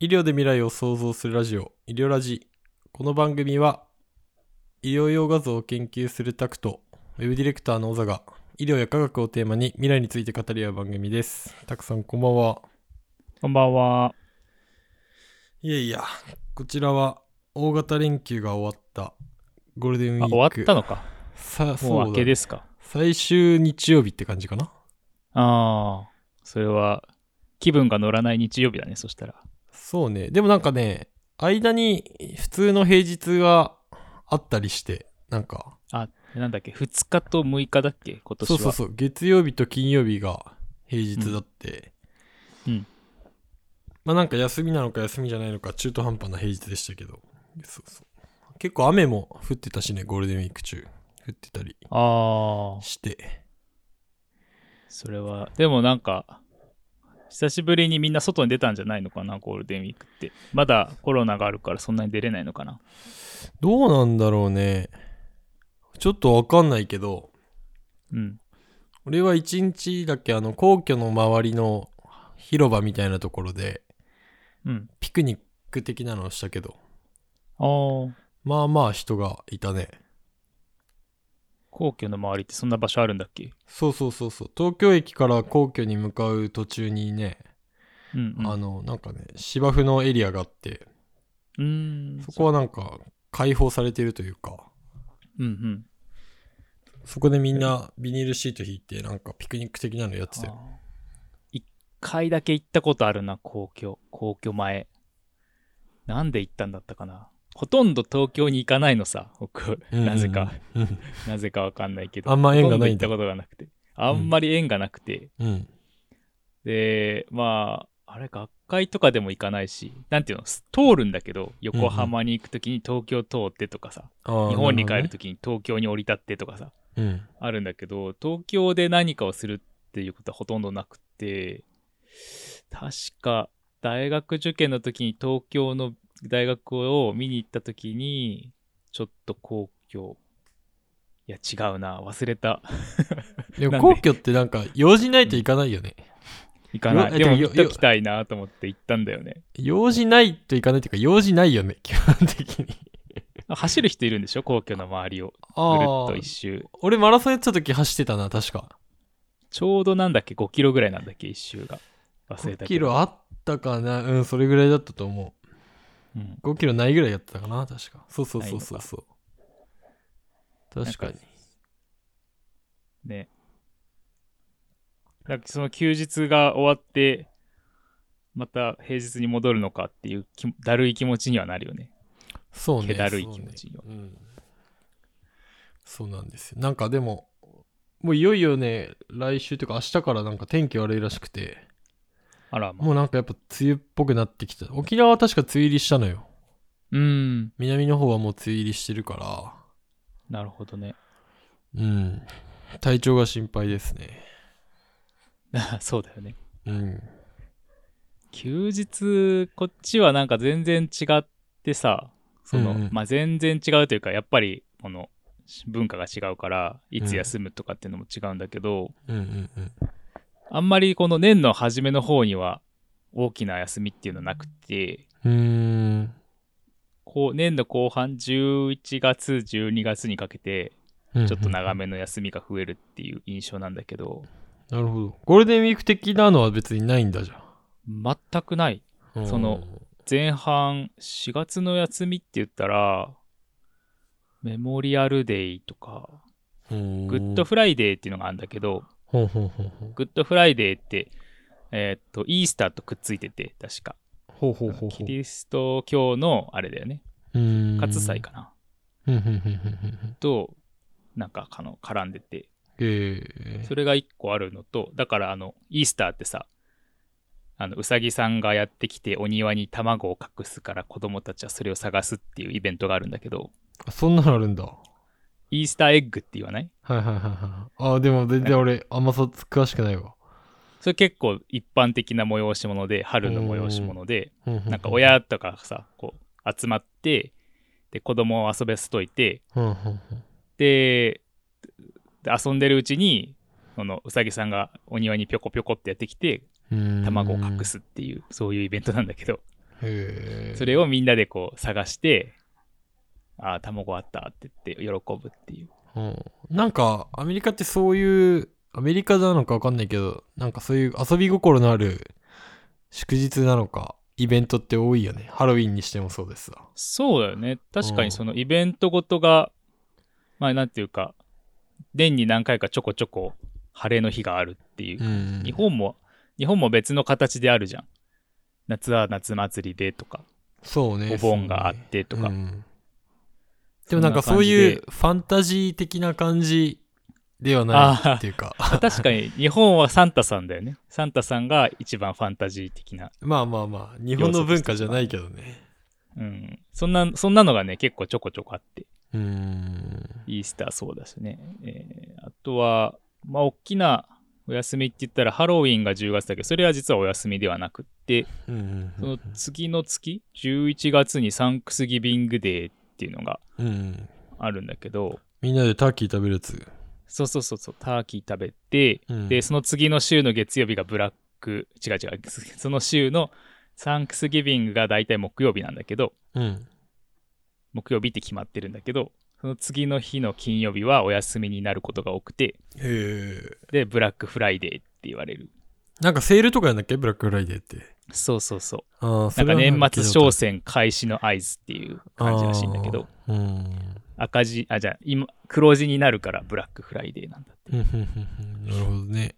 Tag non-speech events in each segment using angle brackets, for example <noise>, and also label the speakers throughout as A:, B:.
A: 医療で未来を創造するラジオ、医療ラジ。この番組は、医療用画像を研究するタクト、ウェブディレクターの小座が、医療や科学をテーマに未来について語り合う番組です。たくさんこんばんは。
B: こんばんは。
A: いやいや、こちらは、大型連休が終わった、ゴールデンウィー
B: あ、
A: ク。
B: 終わったのか。
A: さそう
B: も
A: だ
B: う明けですか。
A: 最終日曜日って感じかな
B: ああ、それは気分が乗らない日曜日だね、そしたら。
A: そうね。でもなんかね、間に普通の平日があったりして、なんか、
B: あ、なんだっけ、2日と6日だっけ、今年
A: そ
B: は。
A: うそうそう、月曜日と金曜日が平日だって、
B: うんうん
A: まあなんか休みなのか休みじゃないのか中途半端な平日でしたけど、そうそう。結構雨も降ってたしね、ゴールデンウィーク中。降ってたり
B: ああ、
A: して。
B: それは。でもなんか、久しぶりにみんな外に出たんじゃないのかな、ゴールデンウィークって。まだコロナがあるからそんなに出れないのかな。
A: どうなんだろうね。ちょっとわかんないけど、
B: うん。
A: 俺は一日だけあの皇居の周りの広場みたいなところで
B: うん。
A: ピクニック的なのをしたけど
B: ああ、
A: まあまあ人がいたね
B: 皇居の周りってそんな場所あるんだっけ
A: そうそうそうそう東京駅から皇居に向かう途中にね、
B: うん、うん。
A: あのなんかね芝生のエリアがあって
B: うーん。
A: そこはなんか開放されてるというか
B: うんうん。
A: そこでみんなビニールシート引いてなんかピクニック的なのやってたよ
B: あー一回だけ行ったことあるな、皇居、皇居前。なんで行ったんだったかな。ほとんど東京に行かないのさ、僕、
A: うん
B: なぜか、
A: うん
B: なぜかわかんないけど。
A: あんま縁がないんだ
B: ほとど行ったことがなくて。あんまり縁がなくて。
A: うん
B: で、まあ、あれ、学会とかでも行かないし、なんていうの、す通るんだけど、横浜に行くときに東京通ってとかさ、 <laughs> 日本に帰ると
A: き
B: きに東京に降り立ってとかさ、
A: うん
B: あるんだけど、東京で何かをするっていうことはほとんどなくて、確か大学受験の時に東京の大学を見に行った時に、ちょっと皇居、いや違うな、忘れた。
A: でも
B: なん
A: 皇
B: で
A: 居ってなんか用事ないといかないよね
B: 行かな
A: よ
B: い。でも
A: よ
B: 行っときたいなと思って行ったんだよね。
A: 用事ないといかないというか用事ないよね <laughs> 基本的に
B: 走る人いるんでしょ皇居の周りをぐるっ
A: あ
B: と
A: あ
B: 一周。
A: 俺マラソンやってた時走ってたな確か
B: ちょうどなんだっけ、5キロぐらいなんだっけ、一周が。忘れ
A: 5
B: た
A: キ
B: けど。
A: ロあったかなうんそれぐらいだったと思
B: うん
A: う5キロないぐらいやってたかな確かそうそうそうそうそう確かに
B: なんね。なんかその休日が終わって、また平日に戻るのかっていうきだるい気持ちにはなるよね。
A: そうね
B: 気だるい
A: そうね
B: 気持ちよ
A: うん、そうなんですよなんかでももういよいよね来週というか明日からなんか天気悪いらしくて
B: あら、まあ、
A: もうなんかやっぱ梅雨っぽくなってきた沖縄は確か梅雨入りしたのよ
B: うーん、
A: 南の方はもう梅雨入りしてるから
B: なるほどね。 <laughs>
A: うん。体調が心配ですね。
B: そうだよね。
A: うん。
B: 休日、こっちはなんか全然違ってさ、その、
A: うんうん
B: まあ全然違うというか、やっぱり、この、し文化が違うから、いつ休むとかっていうのも違うんだけど、
A: うんうんうん。
B: あんまりこの年の初めの方には大きな休みっていうのはなくて、
A: うーん。
B: こう年の後半11月12月にかけて
A: うん
B: ちょっと長
A: め。
B: めの休みが増えるっていう印象なんだけど、
A: なるほど。ゴールデンウィーク的なのは別にないんだじ
B: 全くない
A: ゃん。
B: その前半4月の休みって言ったらメモリアルデイとか
A: うん、
B: グッドフライデーっていうのがあるんだけど
A: ほんほんほんほん。
B: グッドフライデーってえーっとイースターとくっついてて確か
A: ほうほうほうほ
B: キリスト教のあれだよね
A: う。うん
B: 活祭。かな
A: うんうんうんうんうん。
B: となんかかの絡んでて
A: ええ
B: それが1個あるのと、だからあの、イースターってさ、あの、うさぎさんがやってきてお庭に卵を隠すから子供たちはそれを探すっていうイベントがあるんだけど、
A: あそんなのあるんだ。は
B: イースターエッグって言わない
A: いはいはいはい。あ、でも全然俺、あんまそ詳しくないわ。
B: それ結構一般的な催し物で、春の催し物で、
A: な
B: なんか、親とかさ、こう、集まって、で、子供を遊べすといて、
A: うんうんうん
B: で、で遊んでるうちに、そのうさぎさんがお庭にぴょこぴょこってやってきて、
A: うん
B: 卵を隠。すっていう、そういうイベントなんだけど、
A: へへえ。
B: それをみんなでこう探して、ああ、卵あったって言って喜ぶっていう。
A: うん、なんかアメリカってそういうアメリカなのか分かんないけどなんかそういう遊び心のある祝日なのかイベントって多いよねハロウィンにしてもそうですわ
B: そうだよね。確
A: う
B: か
A: ん
B: にそのイベントごとが、まあなんていうか、年に何回かちょこちょこ晴れの日があるっていう
A: う。ん
B: 日本も、日本も別の形であるじゃん。夏は夏祭りでとか、
A: そうね
B: お盆があってと
A: そうね
B: か。
A: うんでもなんかそうい
B: そんな
A: うファンタジー的な感じではないっていうか
B: 確かに日本はサンタさんだよね。サンタさんが一番ファンタジー的な。
A: <laughs> まあまあまあ日本の文化じゃないけどね
B: うん。そんな、そんなのがね、結構ちょこちょこあって。
A: うん
B: イースターそうだしね。えーあとは、まあ、大きなお休みって言ったら、ハロウィンが10月だけど、それは実はお休みではなくって、
A: うんうん
B: その次の月、11月にサンクスギビングデーっていうのが
A: うんうん
B: あるんだけど、
A: みんなでターキー食べるやつ
B: そうそうそうそう、ターキー食べて、
A: うん
B: で、その次の週の月曜日がブラック、違う違う、その週のサンクスギビングが大体木曜日なんだけど、
A: うん
B: 木曜日って決まってるんだけど、その次の日の金曜日はお休みになることが多くて、
A: へえ
B: で、ブラックフライデーって言われる。
A: なんかセールとかやんなきゃブラックフライデーって。
B: そうそうそ
A: ああ、
B: う。なんか年末商
A: 戦
B: 戦開始の合図っていう感じらしいんだけど、。
A: あーうん。
B: 赤字、あ、じゃあ、今、黒字になるからブラックフライデーなんだって。
A: うんうんうんうんなるほどね。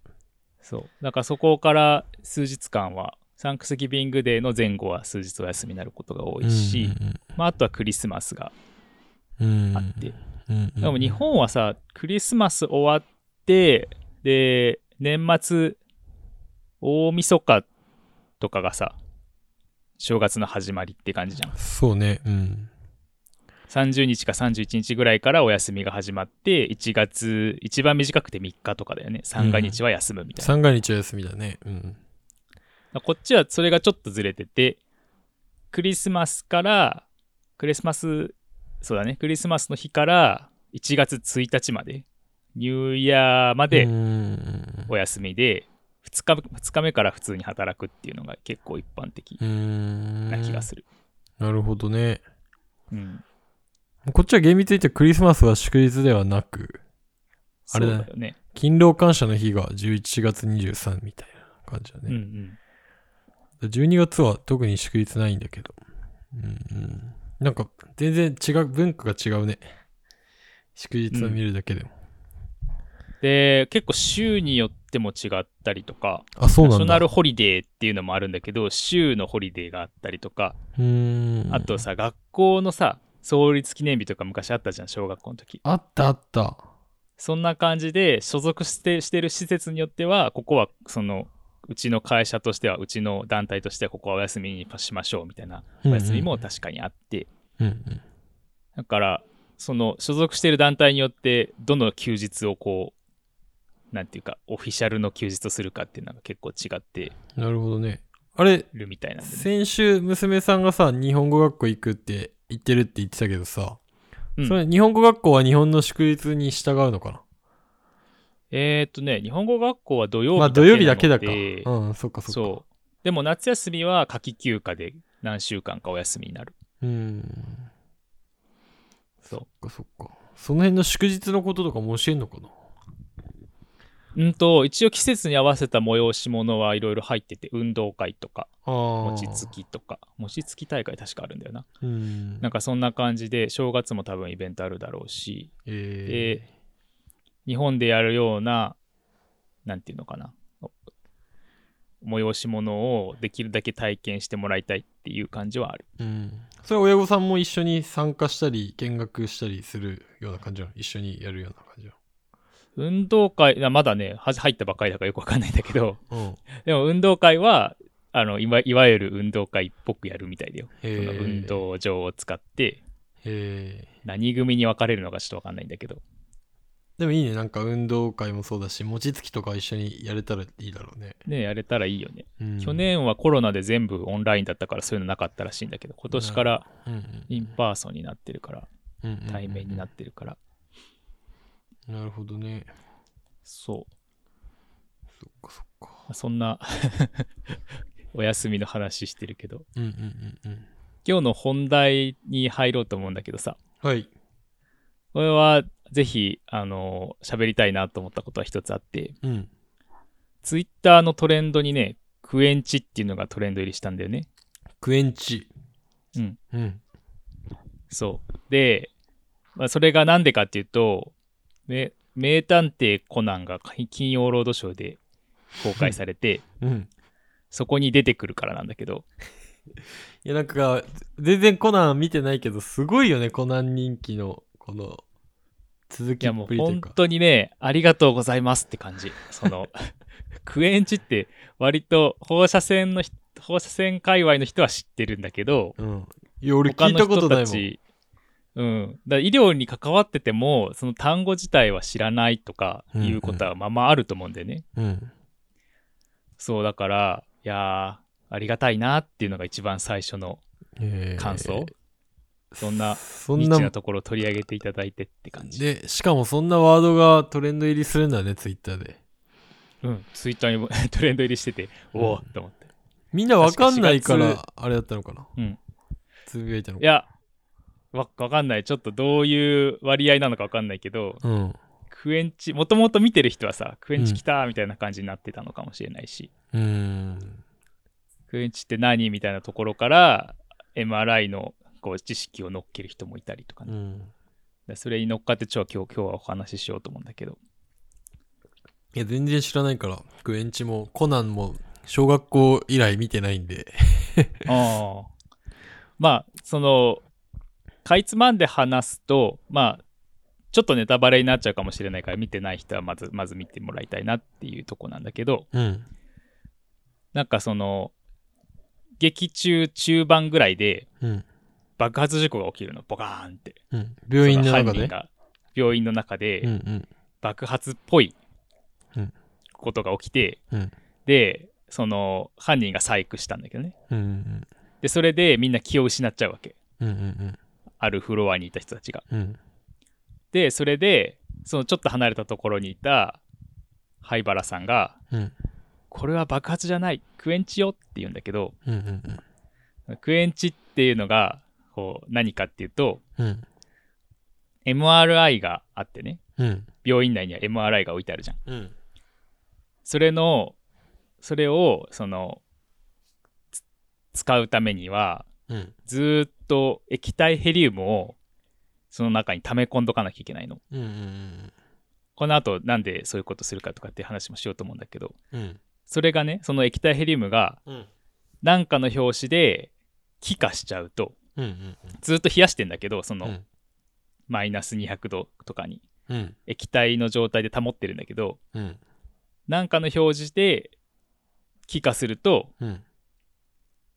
B: そう。だからそこから数日間は、サンクスギビングデーの前後は数日お休みになることが多いし、まあ、あとはクリスマスが
A: うんうんうん、
B: あって、
A: うんうんうん。
B: でも日本はさ、クリスマス終わって、で、年末、大晦日とかがさ、正月の始まりって感じじゃん。
A: そうね。うん。
B: 30日か31日ぐらいからお休みが始まって、1月、一番短くて3日とかだよね。三が日は休むみたいな。
A: 三が日は休みだね。うん。
B: こっちはそれがちょっとずれてて、クリスマスから、クリスマス、そうだね、クリスマスの日から1月1日まで、ニューイヤーまで、
A: うん
B: お休みで2日2日目から普通に働くっていうのが結構一般的
A: うん。
B: な気がする、
A: る。なるほどね。
B: うん、
A: こっちは厳密に言ってクリスマスは祝日ではなく、あれだね
B: そうよね
A: 勤労感謝の日が11月23みたいな感じだ
B: うんう
A: ね。
B: ん
A: 12月は特に祝日ないんだけど。うんうん。なんか全然違う、文化が違うね。祝日を見るだけでも。
B: で結構州によっても違ったりとか
A: あ、そう
B: ナシ
A: な
B: ョ
A: んだ。
B: ナ
A: う
B: ルホリデーっていうのもあるんだけど州のホリデーがあったりとか、
A: ーん。
B: あとさ学校のさ創立記念日とか昔あったじゃん小学校の時
A: あったあった。
B: そんな感じで所属してしてる施設によってはここはそのうちの会社としてはうちの団体としてはここはお休みにしましょうみたいなお休みも確かにあって、
A: うんうん。
B: だからその所属している団体によってどの休日をこうなんていうかオフィシャルの休日とするかっていうのが結構違って
A: なるほどね。あれ、
B: るみたいなんでね、
A: 先週娘さんがさ、日本語学校行くって言ってるって言ってたけどさ、
B: うん
A: それ日本語学校は日本の祝日に従うのか
B: えーっとね日本語学校は土
A: な
B: 曜日
A: まあ土曜日だけだか。
B: なので
A: うん、そっかそっか。
B: そうでも夏休みは夏季休暇で何週間かお休みになる
A: うん。
B: そ
A: そ
B: う
A: っかそっか。その辺の祝日のこととかも教えんのかな
B: うんと一応季節に合わせた催し物はいろいろ入ってて運動会とか
A: ああ。
B: 餅つきとか餅つき大会確かあるんだよな
A: うん。
B: なんかそんな感じで正月も多分イベントあるだろうし
A: え
B: で、日本でやるような、なんていうのかな、お催し物をできるだけ体験してもらいたいっていう感じはある。
A: ーうん。それ親御さんも一緒に参加したり、見学したりするような感じなの一緒にやるような感じな
B: 運動会、なまだね、は入ったばっかりだからよくわかんないんだけど、 <laughs>
A: のうん。
B: でも運動会は、あのいわいわゆる運動会っぽくやるみたいだよ。
A: へ
B: その運
A: ー
B: 動場を使って、
A: へー
B: 何組に分かれるのかちょっとわかんないんだけど。
A: でもいいね。なんか運動会もそうだし、餅つきとか一緒にやれたらいいだろうね。
B: ね、やれたらいいよね、
A: うん
B: 去、年はコロナで全部オンラインだったからそういうのなかったらしいんだけど、今年から
A: うん
B: インパーソンになってるから、
A: うんうんうん
B: 対面になってるから、
A: なるほどね。
B: そ
A: そっかそっか。
B: う。そんな <laughs> お休みの話してるけど
A: うんうんうんうん。
B: 今日の本題に入ろうと思うんだけどさ
A: はい。
B: これはぜひあの喋りたいなと思ったことは一つあって
A: うん。
B: ツイッターのトレンドにねクエンチっていうのがトレンド入りしたんだよね
A: クエンチ。
B: うん。
A: うん。
B: そうで、まあ、それがなんでかっていうとめ名探偵コナンが金曜ロードショーで公開されて
A: うん。
B: そこに出てくるからなんだ
A: <laughs>
B: けど
A: いや、なんか、全然コナン見てないけど、すごいよね、コナン人気の、この、続
B: い
A: き
B: や
A: っ
B: も
A: ぷり
B: う
A: とい
B: 本
A: うか。
B: 当にね、ありがとうございますって感じ。その、 <laughs> クエンチって割と放射線の人、放射線界隈の人は知ってるんだけど、
A: うん。いや、俺
B: 他
A: 聞い
B: の
A: たこと
B: 人
A: ないもん。
B: たち、うん。だから医療に関わってても、その単語自体は知らないとかいうことはまあまああると思うんだよね。
A: うん。
B: そう、だから、いやー、ありがたいなっていうのが一番最初の
A: えー
B: 感想。そんな、
A: そ
B: 未
A: ん
B: 知な
A: な、
B: ところを取り上げていただいてって感じ。
A: で、しかもそんなワードがトレンド入りするんだね、ツイッターで。
B: うん、ツイッターにも <laughs> トレンド入りしてて、おお
A: うん
B: と思って。
A: みんなわかんないか
B: 確
A: ら、あれだったのかな。
B: うん。
A: つぶやいたの
B: い
A: か。
B: や、わわかんない。ちょっとどういう割合なのかわかんないけど、
A: うん。
B: クエンチ、もともと見てる人はさ、クエンチ
A: うん
B: 来たみたいな感じになってたのかもしれないし、
A: うーん。
B: クエンチって何みたいなところから、MRI のこう知識を乗っける人もいたりとか
A: う
B: ね。
A: ん。
B: でそれに乗っかって、ちょ、今日、今日はお話ししようと思うん
A: <laughs>
B: だけど。
A: いや、全然知らないから、クエンチもコナンも小学校以来見てないんで。
B: ああまあ、その、かいつまんで話すと、まあ、ちょっとネタバレになっちゃうかもしれないから、見てない人はまず、まず見てもらいたいなっていうとこなんだけど、
A: うん。
B: なんかその劇中中盤ぐらいで
A: うん。
B: 爆発事故が起きるのボカーンって
A: うん。病院の
B: そ
A: 中
B: 犯人
A: で。
B: が病院の中
A: うんう
B: で
A: ん。
B: 爆発っぽい
A: うん
B: ことが起きて、
A: うん
B: でその犯人が細工したんだけどね
A: うんうん
B: でそれでみんな気を失っちゃうわけ
A: うんうん
B: あるフロアにいた人たちが
A: うんうん
B: でそれでそのちょっと離れたところにいた灰原さんが
A: うん
B: 「これは爆発じゃないクエンチよ」って言うんだけど、
A: うんうん
B: クエンチっていうのがこう何かっていうと
A: うん
B: MRI があってね
A: うん
B: 病院内には MRI が置いてあるじゃん
A: うん
B: それのそれをそのつ使うためには
A: うん
B: ずーっと液体ヘリウムをその中に溜め込んどかなきゃいけないの
A: うんうん
B: このあとんでそういうことするかとかっていう話もしようと思うんだけど
A: うん
B: それがねその液体ヘリウムが
A: うん
B: 何かの拍子で気化しちゃうと
A: うん
B: ずーっと冷やしてんだけどその
A: う
B: マイナス200度とかに
A: ん
B: 液体の状態で保ってるんだけど
A: うん
B: なんかの表示で気化すると
A: うん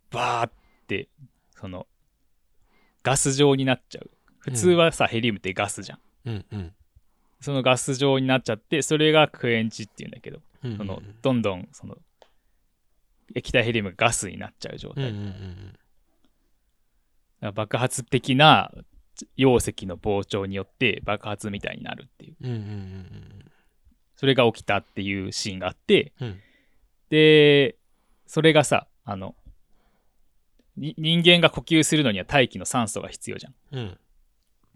B: バーってそのガス状になっちゃう普通はさ、ヘリウムってガスじゃん
A: うんうん
B: そのガス状になっちゃってそれがクエンチっていうんだけどそのどんどんその液体ヘリウムがガスになっちゃう状
A: うん
B: 態、
A: うん
B: だから爆発的な溶石の膨張によって爆発みたいになるっていう
A: うんうんうん
B: それが起きたっていうシーンがあって、
A: うん
B: でそれがさあのに人間が呼吸するのには大気の酸素が必要じゃん
A: うん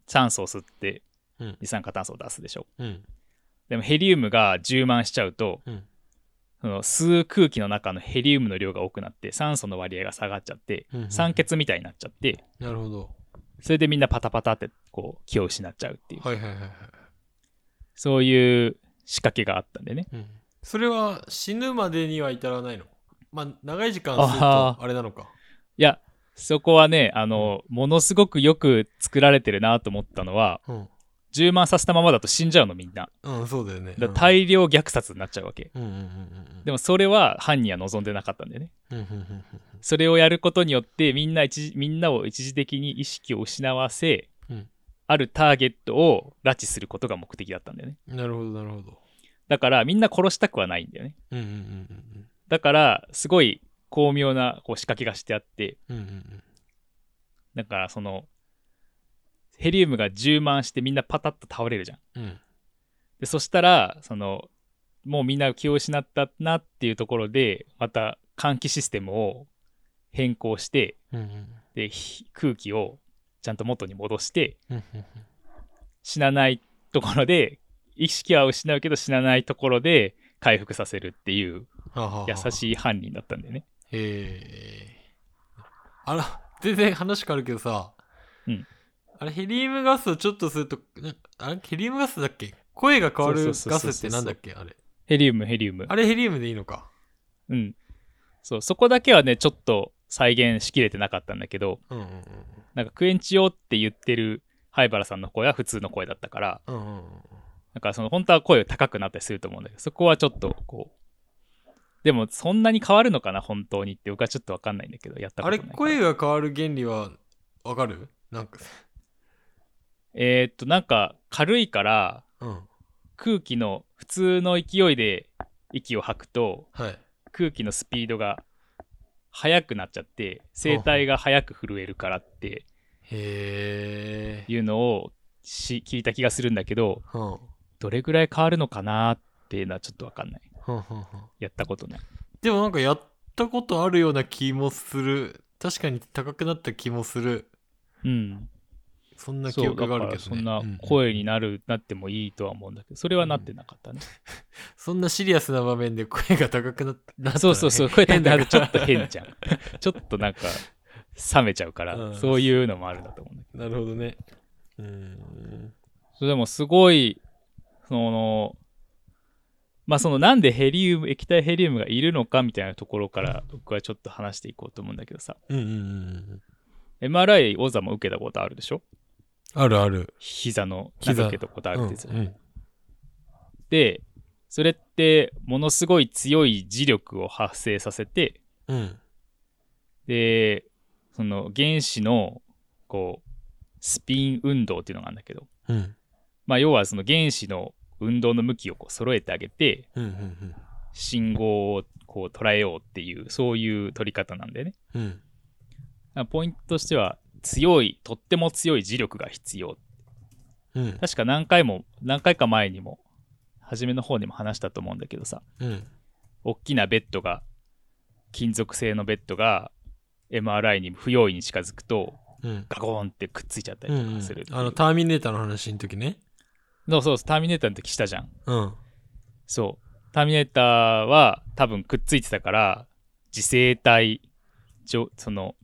B: 酸素を吸って
A: うん
B: 二酸化炭素を出すでしょ
A: うん
B: でもヘリウムが充満しちゃうと
A: うん
B: その吸う空気の中のヘリウムの量が多くなって酸素の割合が下がっちゃって
A: うんうん
B: 酸欠みたいになっちゃって
A: なるほど
B: それでみんなパタパタってこう気を失っちゃうっていう
A: はいはいはいはい
B: そういう仕掛けがあったんでね
A: うんそれは死ぬまでには至らないのまあ長い時間する
B: あ
A: とあれなのか
B: いやそこはねあのものすごくよく作られてるなと思ったのは
A: うん
B: 充満させたままだと死んじゃうのみんな
A: うんそうだよね
B: だから大量虐殺になっちゃうわけ、
A: うんうんうん
B: でもそれは犯人は望んでなかったんだよね
A: うんうんうん
B: それをやることによってみんな一時みんなを一時的に意識を失わせ、
A: うん
B: あるターゲットを拉致することが目的だったんだよね
A: うんなるほどなるほど
B: だからみんな殺したくはないんだよね
A: うんうんうん
B: だからすごい巧妙なこう仕掛けがしてあって
A: うんうんうん
B: だからそのヘリウムが充満してみんなパタッと倒れるじゃん
A: うんうん
B: でそしたらそのもうみんな気を失ったなっていうところでまた換気システムを変更して、
A: うんうん
B: で、ひ空気をちゃんと元に戻して、
A: うんうん
B: 死なないところで、意識は失うけど死なないところで回復させるっていう
A: はあはあはあ
B: 優しい犯人だったんだよね。
A: へえ。あら、全然話変わるけどさ、
B: うん
A: あれ、ヘリウムガスをちょっとすると、なんかあれ、ヘリウムガスだっけ声が変わるガ
B: そう
A: ス
B: そうそうそう
A: っ
B: そ
A: て
B: う
A: なんだっけあれ。
B: ヘリウム、ヘリウム。
A: あれ、ヘリウムでいいのか。
B: うん。そう、そこだけはね、ちょっと再現しきれてなかったんだけど、
A: うんうんうん。
B: なんかクエンチオって言ってる灰原さんの声は普通の声だったから、
A: うんうんうん。
B: なんかその本当は声高くなったりすると思うんだけど、そこはちょっとこう、でもそんなに変わるのかな、本当にって、僕はちょっとわかんないんだけど、やったこ
A: あれ、
B: とないから。
A: 声が変わる原理はわかるなんか、
B: えーっと、なんか軽いから、
A: うん。
B: 空気の普通の勢いで息を吐くと、
A: はい。
B: 空気のスピードが速くなっちゃって、声帯が速く震えるからって
A: へえ。
B: いうのをし聞いた気がするんだけど、
A: うん。うん
B: どれぐらい変わるのかなっていうのはちょっとわかんない。
A: うんうん。
B: やったことない。
A: でもなんかやったことあるような気もする。確かに高くなった気もする。
B: うん。
A: そんな記
B: そう、
A: 憶
B: だ
A: が
B: か
A: あるけどね
B: ら。そんな
A: うう
B: 声になる、なってもいいとは思うんだけど、それはなってなかったね。
A: そんなシリアスな場面で声が高 <laughs> くなったらね
B: <laughs> そうそうそう、声
A: 変だ
B: な
A: から
B: るちょっと変じゃん。ちょっとなんか、冷めちゃうから、
A: うん
B: そういうのもあるんだと思うんだけ
A: なるほどね。うーん。
B: ど。それでもすごい、その、まあそのなんでヘリウム、液体ヘリウムがいるのかみたいなところから僕はちょっと話していこうと思うんだけどさ、
A: うんうんうん。
B: MRI 王座も受けたことあるでしょ
A: あるある。
B: 膝の
A: 膝
B: 膝受けたことあるってやつ
A: うんうん
B: で、それってものすごい強い磁力を発生させて、
A: うん。
B: で、その原子のこうスピン運動っていうのがあるんだけど、
A: うん。
B: まあ要はその原子の運動の向きをこう揃えてあげて、
A: うんうん
B: 信号をこう捉えようっていう、そういう取り方なんだよね。
A: うん。うん。
B: だからポイントとしては、強い、とっても強い磁力が必要。
A: うん。
B: 確か何回も、何回か前にも、初めの方にも話したと思うんだけどさ、
A: うん。
B: 大きなベッドが金属製のベッドが MRI に不用意に近づくと
A: うん。
B: ガコーンってくっついちゃった
A: う
B: りと
A: ん
B: かするっていう
A: あの、ターミネーターの話の時ね。
B: そうそうそうターミネーターの時したじゃん
A: うん。
B: そうターミネーターは多分くっついてたから磁性体じょその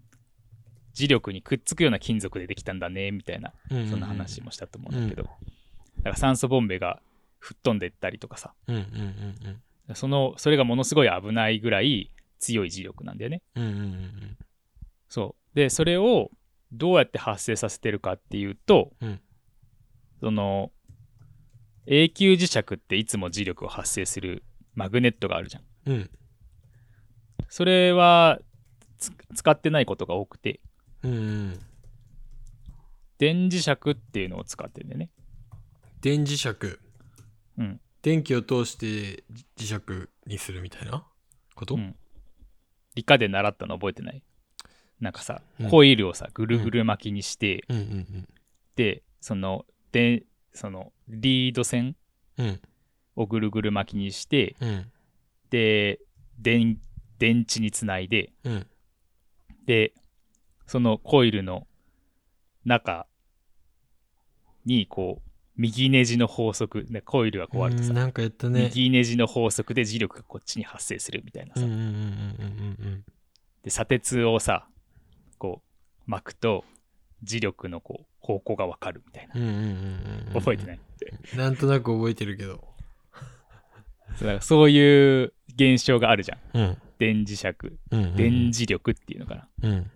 B: 磁力にくっつくような金属でできたんだねみたいな
A: うんうん
B: そんな話もしたと思うんだけど、だから酸素ボンベが吹っ飛んでったりとかさ
A: うんうんうん
B: そのそれがものすごい危ないぐらい強い磁力なんだよね
A: うん。うんうんうん
B: そう。で、それをどうやって発生させてるかっていうと、
A: うん
B: その、永久磁石っていつも磁力を発生するマグネットがあるじゃん。
A: うん。うん
B: それはつ使ってないことが多くて、
A: うんうん。
B: 電磁石っていうのを使ってるんだよね。
A: 電磁石。
B: うん。
A: 電気を通して磁石にするみたいなこと、
B: うん理科で習ったの覚えてないなんかさ
A: うん、
B: コイルをさ、ぐるぐる巻きにして、
A: うんうん
B: で、その、で、その、リード線
A: うん。うん
B: をぐるぐる巻きにして、
A: うん
B: で電電池につないで
A: うん。
B: でそのコイルの中にこう右ネジの法則でコイルがこうあると
A: う
B: さ、
A: んなんかやったね。
B: 右ネジの法則で磁力がこっちに発生するみたいな
A: う
B: さ、
A: んうんうんうん
B: で砂鉄をさこう巻くと磁力のこう方向がわかるみたいな
A: うんうんうんうんうん
B: 覚えてないい、
A: なんとなく覚えてるけど
B: そうだからそういう現象があるじゃん
A: うん
B: 電磁石
A: うんうん
B: 電磁力っていうのかな、
A: うん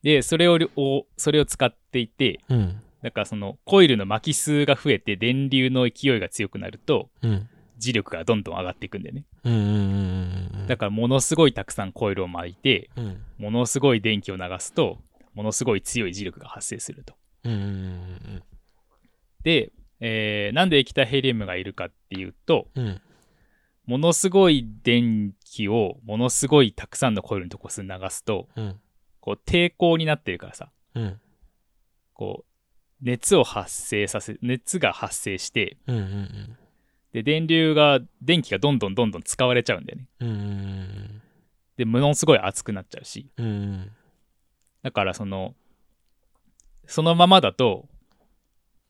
B: でそれををそれを使っていて、
A: うん
B: だからそのコイルの巻き数が増えて電流の勢いが強くなると
A: うん
B: 磁力がどんどん上がっていくんだよね。
A: うんうんうんうん
B: だからものすごいたくさんコイルを巻いて、
A: うんうん
B: ものすごい電気を流すと、ものすごい強い磁力が発生すると。
A: うんうんうん
B: で、えーなんで液体ヘリウムがいるかっていうと、
A: うんうん
B: ものすごい電気をものすごいたくさんのコイルのとこに流すと、
A: うん
B: こう抵抗になってるからさ、
A: うん
B: こう熱を発生させ、熱が発生して、
A: うんうんうん
B: で電流が電気がどんどんどんどん使われちゃうんだよね
A: うんうん
B: でものすごい熱くなっちゃうし
A: うん。
B: だからそのそのままだと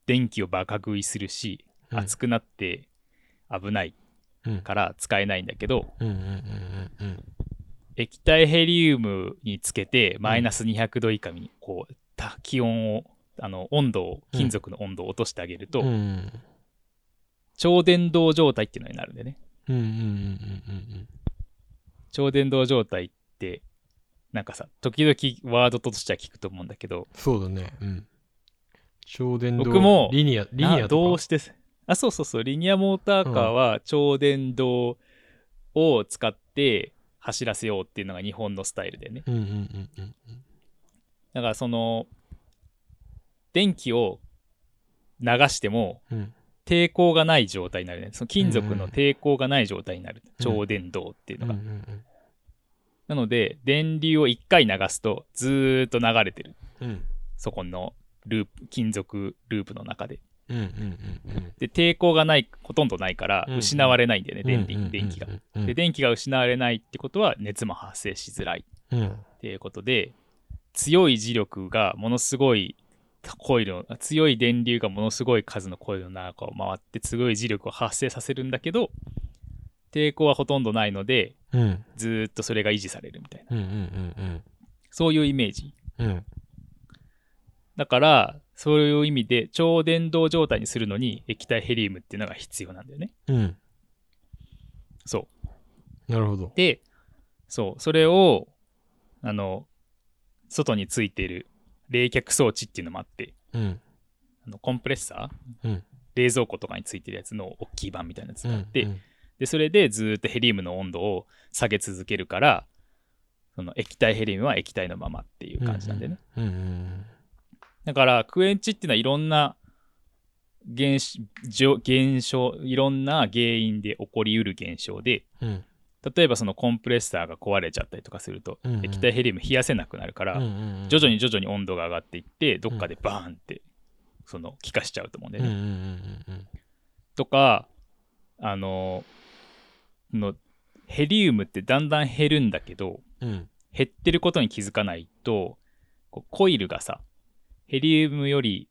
B: 電気をバカ食いするし
A: うん
B: 熱くなって危ない
A: うん。
B: から使えないんだけど、
A: うんうんうんうんうん。
B: 液体ヘリウムにつけてマイナス200度以下にこうた気温をあの温度を金属の温度を落としてあげると、
A: うん
B: 超伝導状態っていうのになるんでね
A: うんうんうんうん
B: 超伝導状態ってなんかさ時々ワードとしては聞くと思うんだけど
A: そうだね。うん。超電導
B: 僕も
A: リニア、リニアと
B: な
A: か。
B: どうしてあそうそうそうリニアモーターカーは超伝導を使って走らせようっていうのが日本のスタイルでね
A: うんうんうんうん
B: だからその電気を流しても
A: うん。うん
B: 抵抗がない状態になるねその金属の抵抗がない状態になる、
A: うん
B: 超電導っていう
A: う
B: の
A: んう
B: が、
A: ん
B: なので電流を1回流すとずーっと流れてる
A: うん。うん
B: そこのループ金属ループの中で
A: うんうんうん
B: で抵抗がないほとんどないから
A: うん
B: 失われないんだよね、
A: うん。
B: 電力電気が、
A: うん。
B: で電気が失われないってことは熱も発生しづらい
A: うん。
B: っていうことで強い磁力がものすごいコイルを強い電流がものすごい数のコイルの中を回って強い磁力を発生させるんだけど抵抗はほとんどないので
A: うんうん
B: ずーっとそれが維持されるみたいな
A: うんうんうん
B: そういうイメージ
A: うん。うん。
B: だからそういう意味で超電導状態にするのに液体ヘリウムっていうのが必要なんだよね
A: うん。
B: そう
A: なるほど。
B: でそうそれをあの外についている冷却装置っていうのもあって
A: うん。
B: あのコンプレッサー、
A: うん
B: 冷蔵庫とかについてるやつの大きい版みたいなやつ
A: う
B: があ
A: ん
B: って、でそれでずーっとヘリウムの温度を下げ続けるからその液体ヘリウムは液体のままっていう感じなんでね、。
A: うんうん
B: だからクエンチっていうのはいろんな現し状現象いろんな原因で起こりうる現象で
A: うんうん。
B: 例えばそのコンプレッサーが壊れちゃったりとかすると、
A: うんうん
B: 液体ヘリウム冷やせなくなるから、
A: うん
B: 徐々に徐々に温度が上がっていってどっかでバーンってその気化しちゃうと思うんで
A: うん
B: ね、
A: うんうん
B: とかあののヘリウムってだんだん減るんだけど
A: うんうん
B: 減ってることに気づかないとこうコイルがさヘリウムより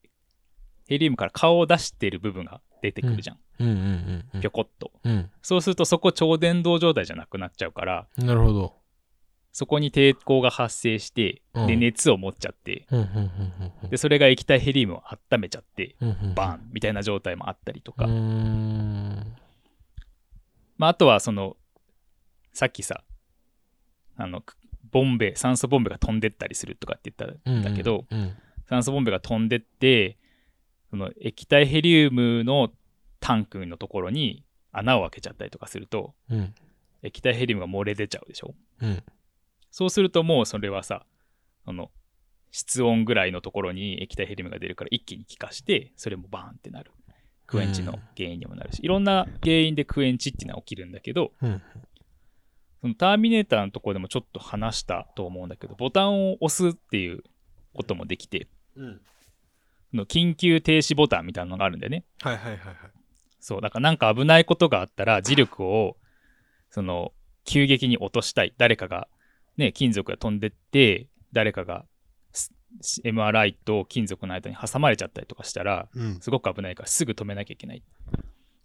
B: ヘリウムから顔を出してる部分が出てくるじゃん、
A: うんうんうんうん
B: ぴょこっと
A: うん
B: そうするとそこ超電導状態じゃなくなっちゃうから
A: なるほど。
B: そこに抵抗が発生して
A: う
B: で
A: ん
B: 熱を持っちゃって
A: うんうん
B: でそれが液体ヘリウムを温めちゃって
A: うんうん。
B: バーンみたいな状態もあったりとか、
A: うーん。
B: まあ、あとはそのさっきさあのくボンベ酸素ボンベが飛んでったりするとかって言ったんだけど、
A: うんうん
B: 酸素ボンベが飛んでってその液体ヘリウムのタンクのところに穴を開けちゃったりとかすると
A: うん
B: 液体ヘリウムが漏れ出ちゃうでしょ
A: うん
B: そうするともうそれはさその室温ぐらいのところに液体ヘリウムが出るから一気に気化してそれもバーンってなるクエンチの原因にもなるし、いろんな原因でクエンチっていうのは起きるんだけど、
A: うん
B: そのターミネーターのところでもちょっと話したと思うんだけど、ボタンを押すっていうこともできて、
A: うん。
B: その緊急停止ボタンみたいなのがあるんだよね。
A: はいはいはいはい。
B: そう、だからなんか危ないことがあったら、磁力を、その、急激に落としたい。誰かが、ね、金属が飛んでって、誰かがす MRI と金属の間に挟まれちゃったりとかしたら、
A: うん
B: すごく危ないからすぐ止めなきゃいけない。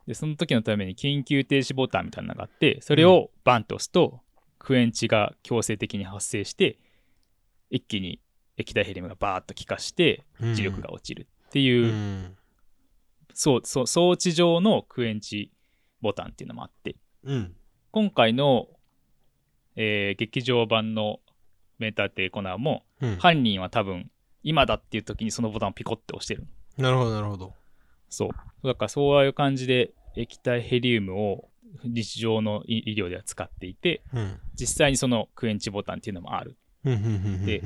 B: で、その時のために緊急停止ボタンみたいなのがあって、それをバンと押すと、クエンチが強制的に発生して、一気に液体ヘリウムがバーッと気化して、磁力が落ちるってい
A: う
B: う、
A: ん
B: そうそう装置上のクエンチボタンっていうのもあって、
A: うん
B: 今回の、えー劇場版のメーターテコナーも、
A: うん。
B: 犯人は多分、今だっていう時にそのボタンをピコって押してる
A: なるほどなるほど。
B: そう。だからそういう感じで液体ヘリウムを日常の医医療では使っていて、
A: うん
B: 実際にそのクエンチボタンっていうのもある。
A: うんうんうんうん
B: で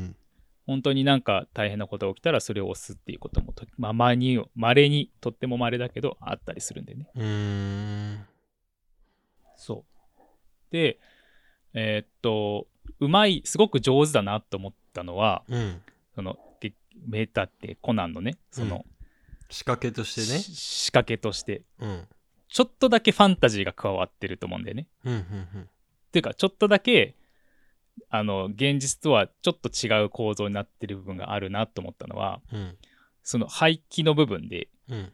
B: 本当になんか大変なことが起きたらそれを押すっていうこともと、まあ、まに、稀に、とっても稀だけどあったりするんでね。
A: うーん
B: そう。で、えーっと、うまい、すごく上手だなと思ったのは、
A: うん
B: その、げメーターってコナンのね、その、
A: 仕掛けとしてね
B: し。仕掛けとして、
A: うん
B: ちょっとだけファンタジーが加わってると思うんだよね。
A: うんうん
B: っていうかちょっとだけあの現実とはちょっと違う構造になってる部分があるなと思ったのは
A: うん。
B: その排気の部分で
A: うん。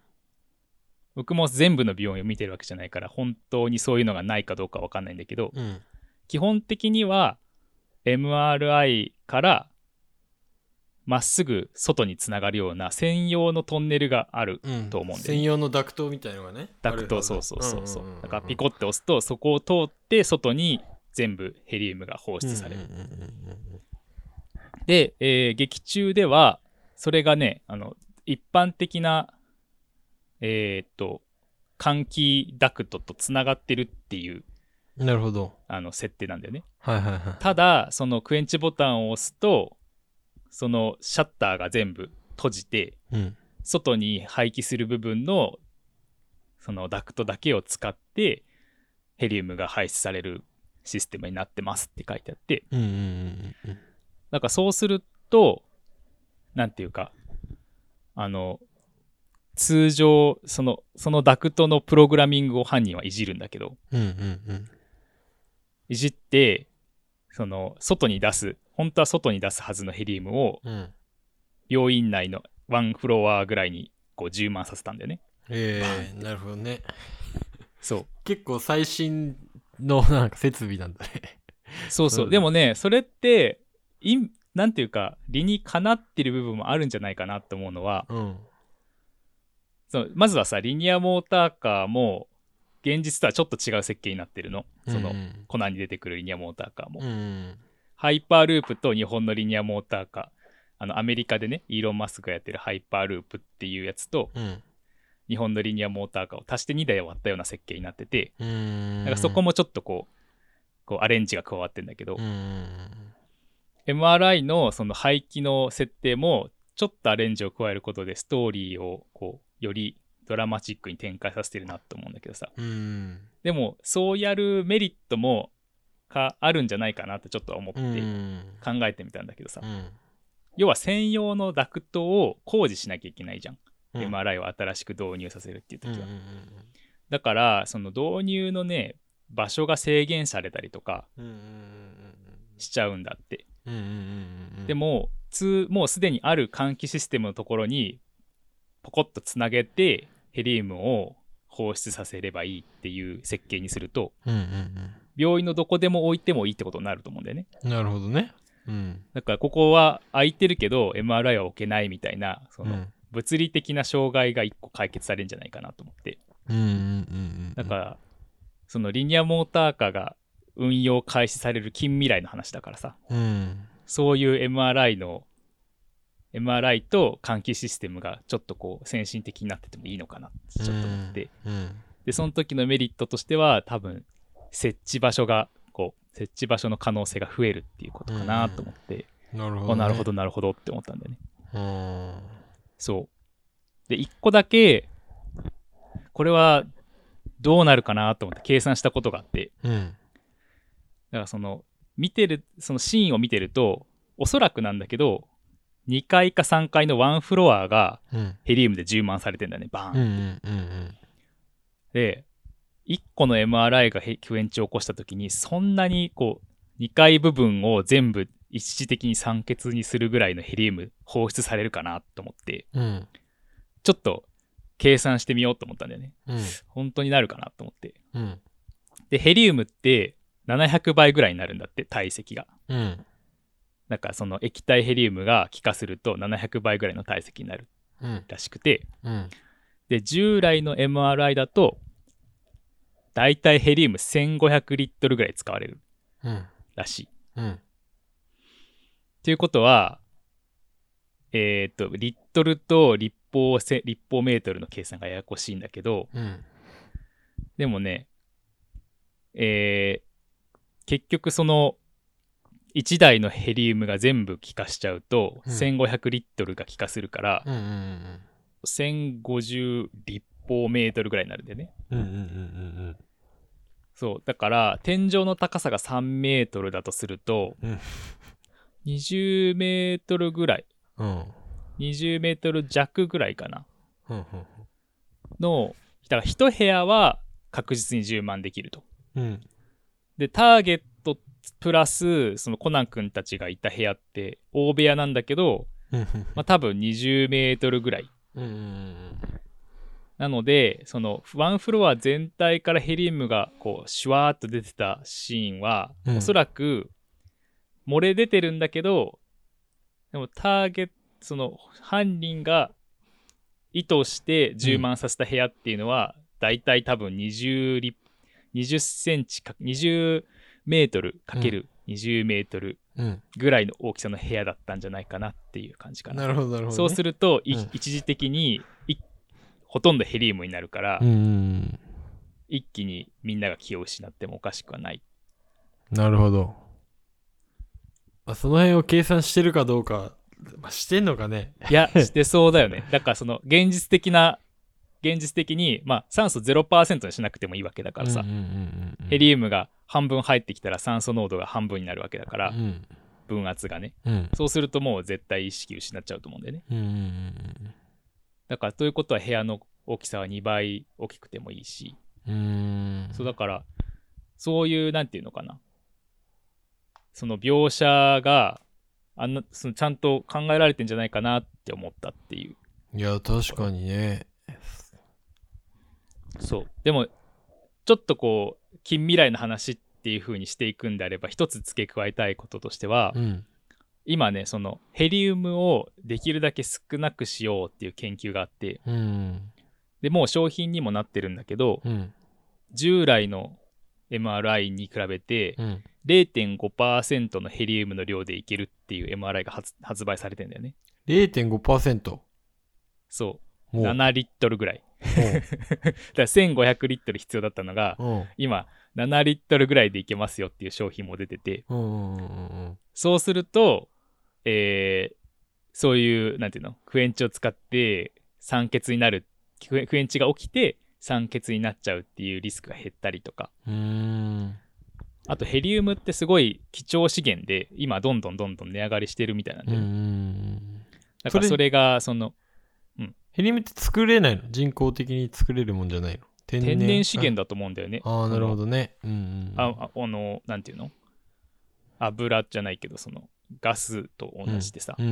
B: 僕も全部の美容院を見てるわけじゃないから本当にそういうのがないかどうかわかんないんだけど
A: うん。
B: 基本的には MRI からまっすぐ外につながるような専用のトンネルがある
A: うん。
B: と思うんで
A: 専用のダクトみたいのがね。
B: ダク
A: あ
B: ト
A: るはず
B: そうそうそうそう,、
A: んんんん
B: だからピコって押すとそこを通って外に全部ヘリウムが放出される、
A: うんうんうんうん
B: で、えー劇中ではそれがねあの一般的なえーっと換気ダクトとつながってるっていう
A: うんなるほど。
B: あの設定なんだよね
A: はいはいはい。
B: ただそのクエンチボタンを押すとそのシャッターが全部閉じて
A: うん。
B: 外に排気する部分のそのダクトだけを使ってヘリウムが排出されるシステムになってますって書いてあって
A: うんうんうんうん
B: なんかそうするとなんていうかあの通常そのそのダクトのプログラミングを犯人はいじるんだけど
A: うん。うんうんうん。
B: いじってその外に出す本当は外に出すはずのヘリウムを
A: うん。
B: 病院内のワンフロアぐらいにこう充満させたんだよね
A: えー、なるほどね。
B: そう
A: 結構最新のなんか設備なんだね。
B: そうそう、
A: うん
B: でもねそれっていなんていうか理にかなってる部分もあるんじゃないかなと思うのは
A: うん。
B: そのまずはさリニアモーターカーも現実とはちょっと違う設計になってるのその、
A: うん
B: コナンに出てくるリニアモーターカーも、
A: うん。うん
B: ハイパーループと日本のリニアモーターカーあのアメリカでねイーロン・マスクがやってるハイパーループっていうやつと
A: うん。
B: 日本のリニアモーターカーを足して2台割ったような設計になってて
A: うん。
B: なんかそこ
A: も。
B: もちょっとこうこうアレンジが加わってんだけど、
A: うん。
B: MRI のその排気の設定もちょっとアレンジを加えることでストーリーをこうよりドラマチックに展開させてるなと思うんだけどさ
A: うん。
B: でもそうやるメリットもかあるんじゃないかなってちょっと思っ
A: う
B: て
A: ん。
B: 考えてみたんだけどさ、
A: うん
B: 要は専用のダクトを工事しなきゃいけないじゃん、
A: うん
B: MRI を新しく導入させるっていう
A: うん
B: 時は、
A: うん
B: だからその導入のね場所が制限されたりとか
A: うんうんうん
B: しちゃうんだって
A: うんうんうんうん
B: でも通もうすでにある換気システムのところにポコッとつなげてヘリウムを放出させればいいっていう設計にすると
A: うんうん
B: 病院のどこでも置いてもいいってことになると思うんだよね
A: うんなるほどねうん
B: だからここは空いてるけど MRI は置けないみたいなその
A: ん
B: 物理的な障害が1個解決されるんじゃないかなと思って
A: うんうんうん
B: だからそのリニアモーターカーが運用開始される近未来の話だからさ
A: らうん
B: そういう MRI の MRI と換気システムがちょっとこう先進的になっててもいいのかなってちょっと思って、
A: うん
B: でその時のメリットとしては多分設置場所がこう設置場所の可能性が増えるっていうことかなと思って、
A: なるほど
B: お
A: ね
B: なるほどなるほどって思ったんだよね
A: うん
B: そうで1個だけこれはどうなるかなと思って計算したことがあって
A: うん
B: だからその見てるそのシーンを見てるとおそらくなんだけど2階か3階のワンフロアが
A: うん
B: ヘリウムで充満されてんだよねバーン、
A: うんうんうん
B: で1個の MRI がへ救援地を起こした時にそんなにこう2階部分を全部一時的に酸欠にするぐらいのヘリウム放出されるかなと思って
A: うん
B: ちょっと計算してみようと思ったんだよね
A: うん
B: 本当になるかなと思って
A: うん
B: でヘリウムって700倍ぐらいになるんだって体積が
A: うん
B: なんかその液体ヘリウムが気化すると700倍ぐらいの体積になる
A: うん
B: らしくて
A: うん
B: で従来の MRI だとだいたいヘリウム1500リットルぐらい使われる
A: うん
B: らしい。
A: うん
B: ということはえっ、とリットルと立方せ立方メートルの計算がややこしいんだけど
A: うん
B: でもねえー結局その1台のヘリウムが全部気化しちゃうと、
A: うん
B: 1500リットルが気化するから、
A: うんうん
B: 1050立方メートルぐらいになるんでね
A: うんうんうんうん
B: そうだから天井の高さが3メートルだとすると、
A: うん
B: 20メートルぐらい
A: うんうん
B: 20メートル弱ぐらいかな
A: うん
B: のだから1部屋は確実に充満できると
A: うん
B: でターゲットプラスそのコナン君たちがいた部屋って大部屋なんだけど、
A: うん
B: まあ、多分20メートルぐらい
A: うんうん
B: なのでそのワンフロア全体からヘリウムがこうシュワーっと出てたシーンは、
A: うん
B: おそらく漏れ出てるんだけどでもターゲットその犯人が意図して充満させた部屋っていうのは、だいたい多分20リ20センチか20メートルかける20メートル
A: うん
B: ぐらいの大きさの部屋だったんじゃないかなっていう感じか
A: う
B: な。
A: んなるほどなるほどね、
B: そうすると、い
A: うん
B: 一時的にいほとんどヘリウムになるから、
A: うんうん
B: 一気にみんなが気を失ってもおかしくはない。
A: なるほどあその辺を計算してるかどうか、まあ、してんのかね
B: いや、してそうだよね。だからその現実的な、現実的に、まあ、酸素0%にしなくてもいいわけだからさ、
A: うんうんうんうん
B: ヘリウムが半分入ってきたら酸素濃度が半分になるわけだから、
A: うん
B: 分圧がね。
A: うん
B: そうするともう絶対意識失っちゃうと思うんだよね。
A: うんうんうん
B: だからということは部屋の大きさは2倍大きくてもいいし、
A: うん
B: そうだからそういうなんていうのかなその描写があんなそのちゃんと考えられてんじゃないかなって思ったっていう
A: いや確かにね
B: そうでもちょっとこう近未来の話っていう風にしていくんであれば一つ付け加えたいこととしては、
A: うん
B: 今ねそのヘリウムをできるだけ少なくしようっていう研究があって
A: うん
B: でもう商品にもなってるんだけど
A: うん
B: 従来の MRI に比べて
A: うん
B: 0.5%のヘリウムの量でいけるっていう MRI が発発売されてんだよね。
A: 0.5%
B: そ
A: も
B: う。
A: う
B: 7リットルぐらい。だから1500リットル必要だったのが、
A: うん
B: 今、7リットルぐらいでいけますよっていう商品も出てて、
A: うんうんうんうん
B: そうすると、えーそういう、なんていうの、クエンチを使って酸欠になる、クエクエンチが起きて酸欠になっちゃうっていうリスクが減ったりとか、
A: うーん
B: あとヘリウムってすごい貴重資源で、今どんどんどんどん値上がりしてるみたいなん
A: う
B: で、
A: んうん
B: だから
A: そ
B: そ
A: れ
B: れがその
A: ヘリムって作れないの人工的に作れるもんじゃないの天
B: 天然資源だと思うんだよね。
A: ああーなるほどねうんうん
B: あああのなんていうの油じゃないけどそのガスと同じでさ、
A: うんう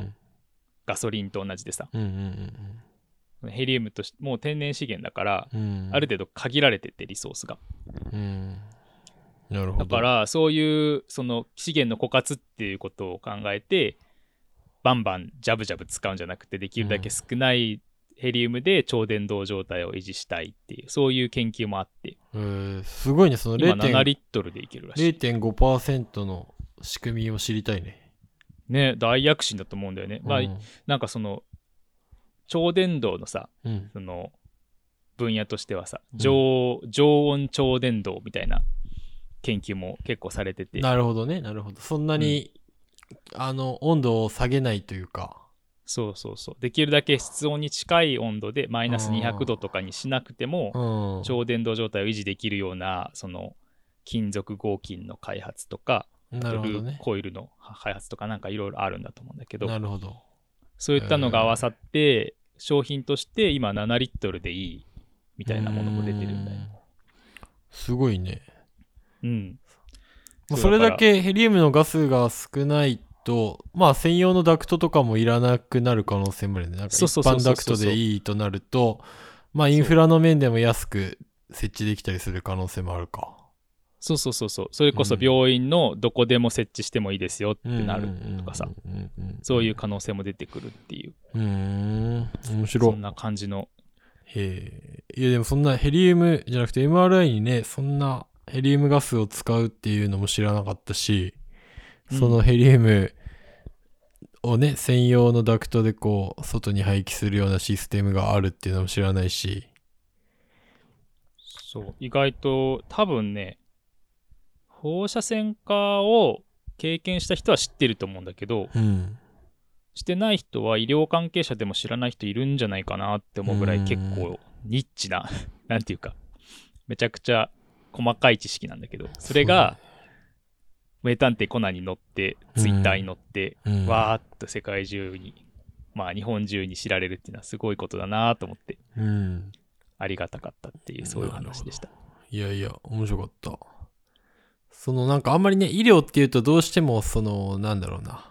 A: ん
B: ガソリンと同じでさ
A: うんうんうん
B: ヘリウムとしてもう天然資源だから、
A: うんうんうん
B: ある程度限られててリソースが
A: うんなるほ
B: だ
A: ど
B: からそういうその資源の枯渇っていうことを考えてバンバンジャブジャブ使うんじゃなくてできるだけ少ないヘリウムで超伝導状態を維持したいっていうそういう研究もあって
A: えーすごいねその
B: 今7
A: 0.5
B: リットルでいけるらしい
A: 0.5%の仕組みを知りたいね
B: ね大躍進だと思うんだよね、まあ
A: うん
B: なんかその超電導のさ
A: うん
B: その分野としてはさ
A: ん
B: 常,、常温超電導みたいな研究も結構されてて
A: なるほどねなるほどそんなに、あの温度を下げないというか
B: そうそうそうできるだけ室温に近い温度でマイナス200度とかにしなくて
A: う
B: も
A: ん
B: 超電導状態を維持できるようなその金属合金の開発とか、
A: なるほどね
B: ルーコイルの開発とかなんかいろいろあるんだと思うんだけど
A: なるほど
B: そういったのが合わさって、商品として今7リットルでいいみ
A: み
B: たいなものも出てるんだよね。
A: すごいね
B: うん。
A: まあ
B: そ
A: そうれ
B: だから
A: だけヘリウムのガスが少ないとまあ専用のダクトとかもいらなくなる可能性もあるよねなんか一
B: そうそうそうそう
A: 般ダクトでいいとなるとまあインフラの面でも安く設置できたりする可能性もあるか
B: そうそうそうそう。それこそ病院のどこでも設置してもいいですよってなるとかさ、
A: うんうんうん
B: そういう可能性も出てくるっていう、
A: うーん面白
B: そ
A: い
B: んな感じの。
A: へえ。いやでもそんなヘリウムじゃなくて MRI にね、そんなヘリウムガスを使うっていうのも知らなかったし、
B: うん
A: そのヘリウムをね、専用のダクトでこう、外に排気するようなシステムがあるっていうのも知らないし。
B: そう。意外と多分ね、放射線科を経験した人は知ってると思うんだけど、
A: うん。
B: してない人は医療関係者でも知らない人いるんじゃないかなって思うぐら
A: う
B: い
A: ん
B: 結構ニッチな <laughs> なんていうかめちゃくちゃ細かい知識なんだけどそれが名探偵コナンに載って
A: うん
B: ツイッターに載って、
A: そうだね、うん、
B: わーっと世界中にまあ日本中に知られるっていうのはすごいことだなと思って
A: うん。
B: ありがたかったっていうそういう話でした
A: いやいや、面白かった。そのなんかあんまりね、医療っていうとどうしてもその、なんだろうな。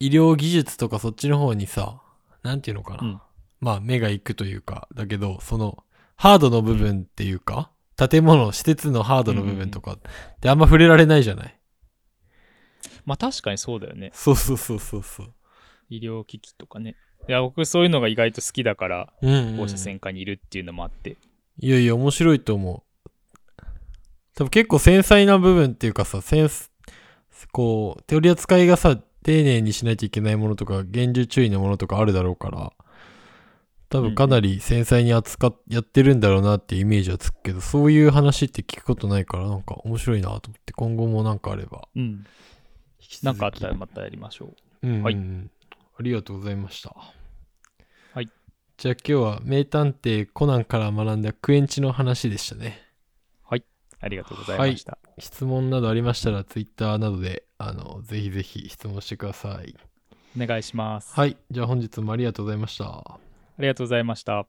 A: 医療技術とかそっちの方にさ、なんていうのかな。
B: うん
A: まあ目が行くというか、だけど、その、ハードの部分っていうか、建物、施設のハードの部分とかってあんま触れられないじゃない。
B: まあ確かにそうだよね。
A: そうそうそうそうそう。
B: 医療機器とかね。いや、僕そういうのが意外と好きだから、
A: うん、うん。
B: 放射線科にいるっていうのもあって。
A: いやいや、面白いと思う。多分結構繊細な部分っていうかさ、センス、こう、手り扱いがさ、丁寧にしないといけないものとか、厳重注意のものとかあるだろうから、多分かなり繊細に扱っ、やってるんだろうなっていうイメージはつくけど、そういう話って聞くことないから、なんか面白いなと思って、今後もなんかあれば。
B: うん。なんかあったらまたやりましょう。
A: うんうん、
B: はい
A: ありがとうございました。
B: はい。
A: じゃあ今日は名探偵コナンから学んだクエンチの話でしたね。
B: ありがとうございました。
A: 質問などありましたら、ツイッターなどで、あの、ぜひぜひ質問してください。
B: お願いします。
A: はい。じゃあ本日もありがとうございました。
B: ありがとうございました。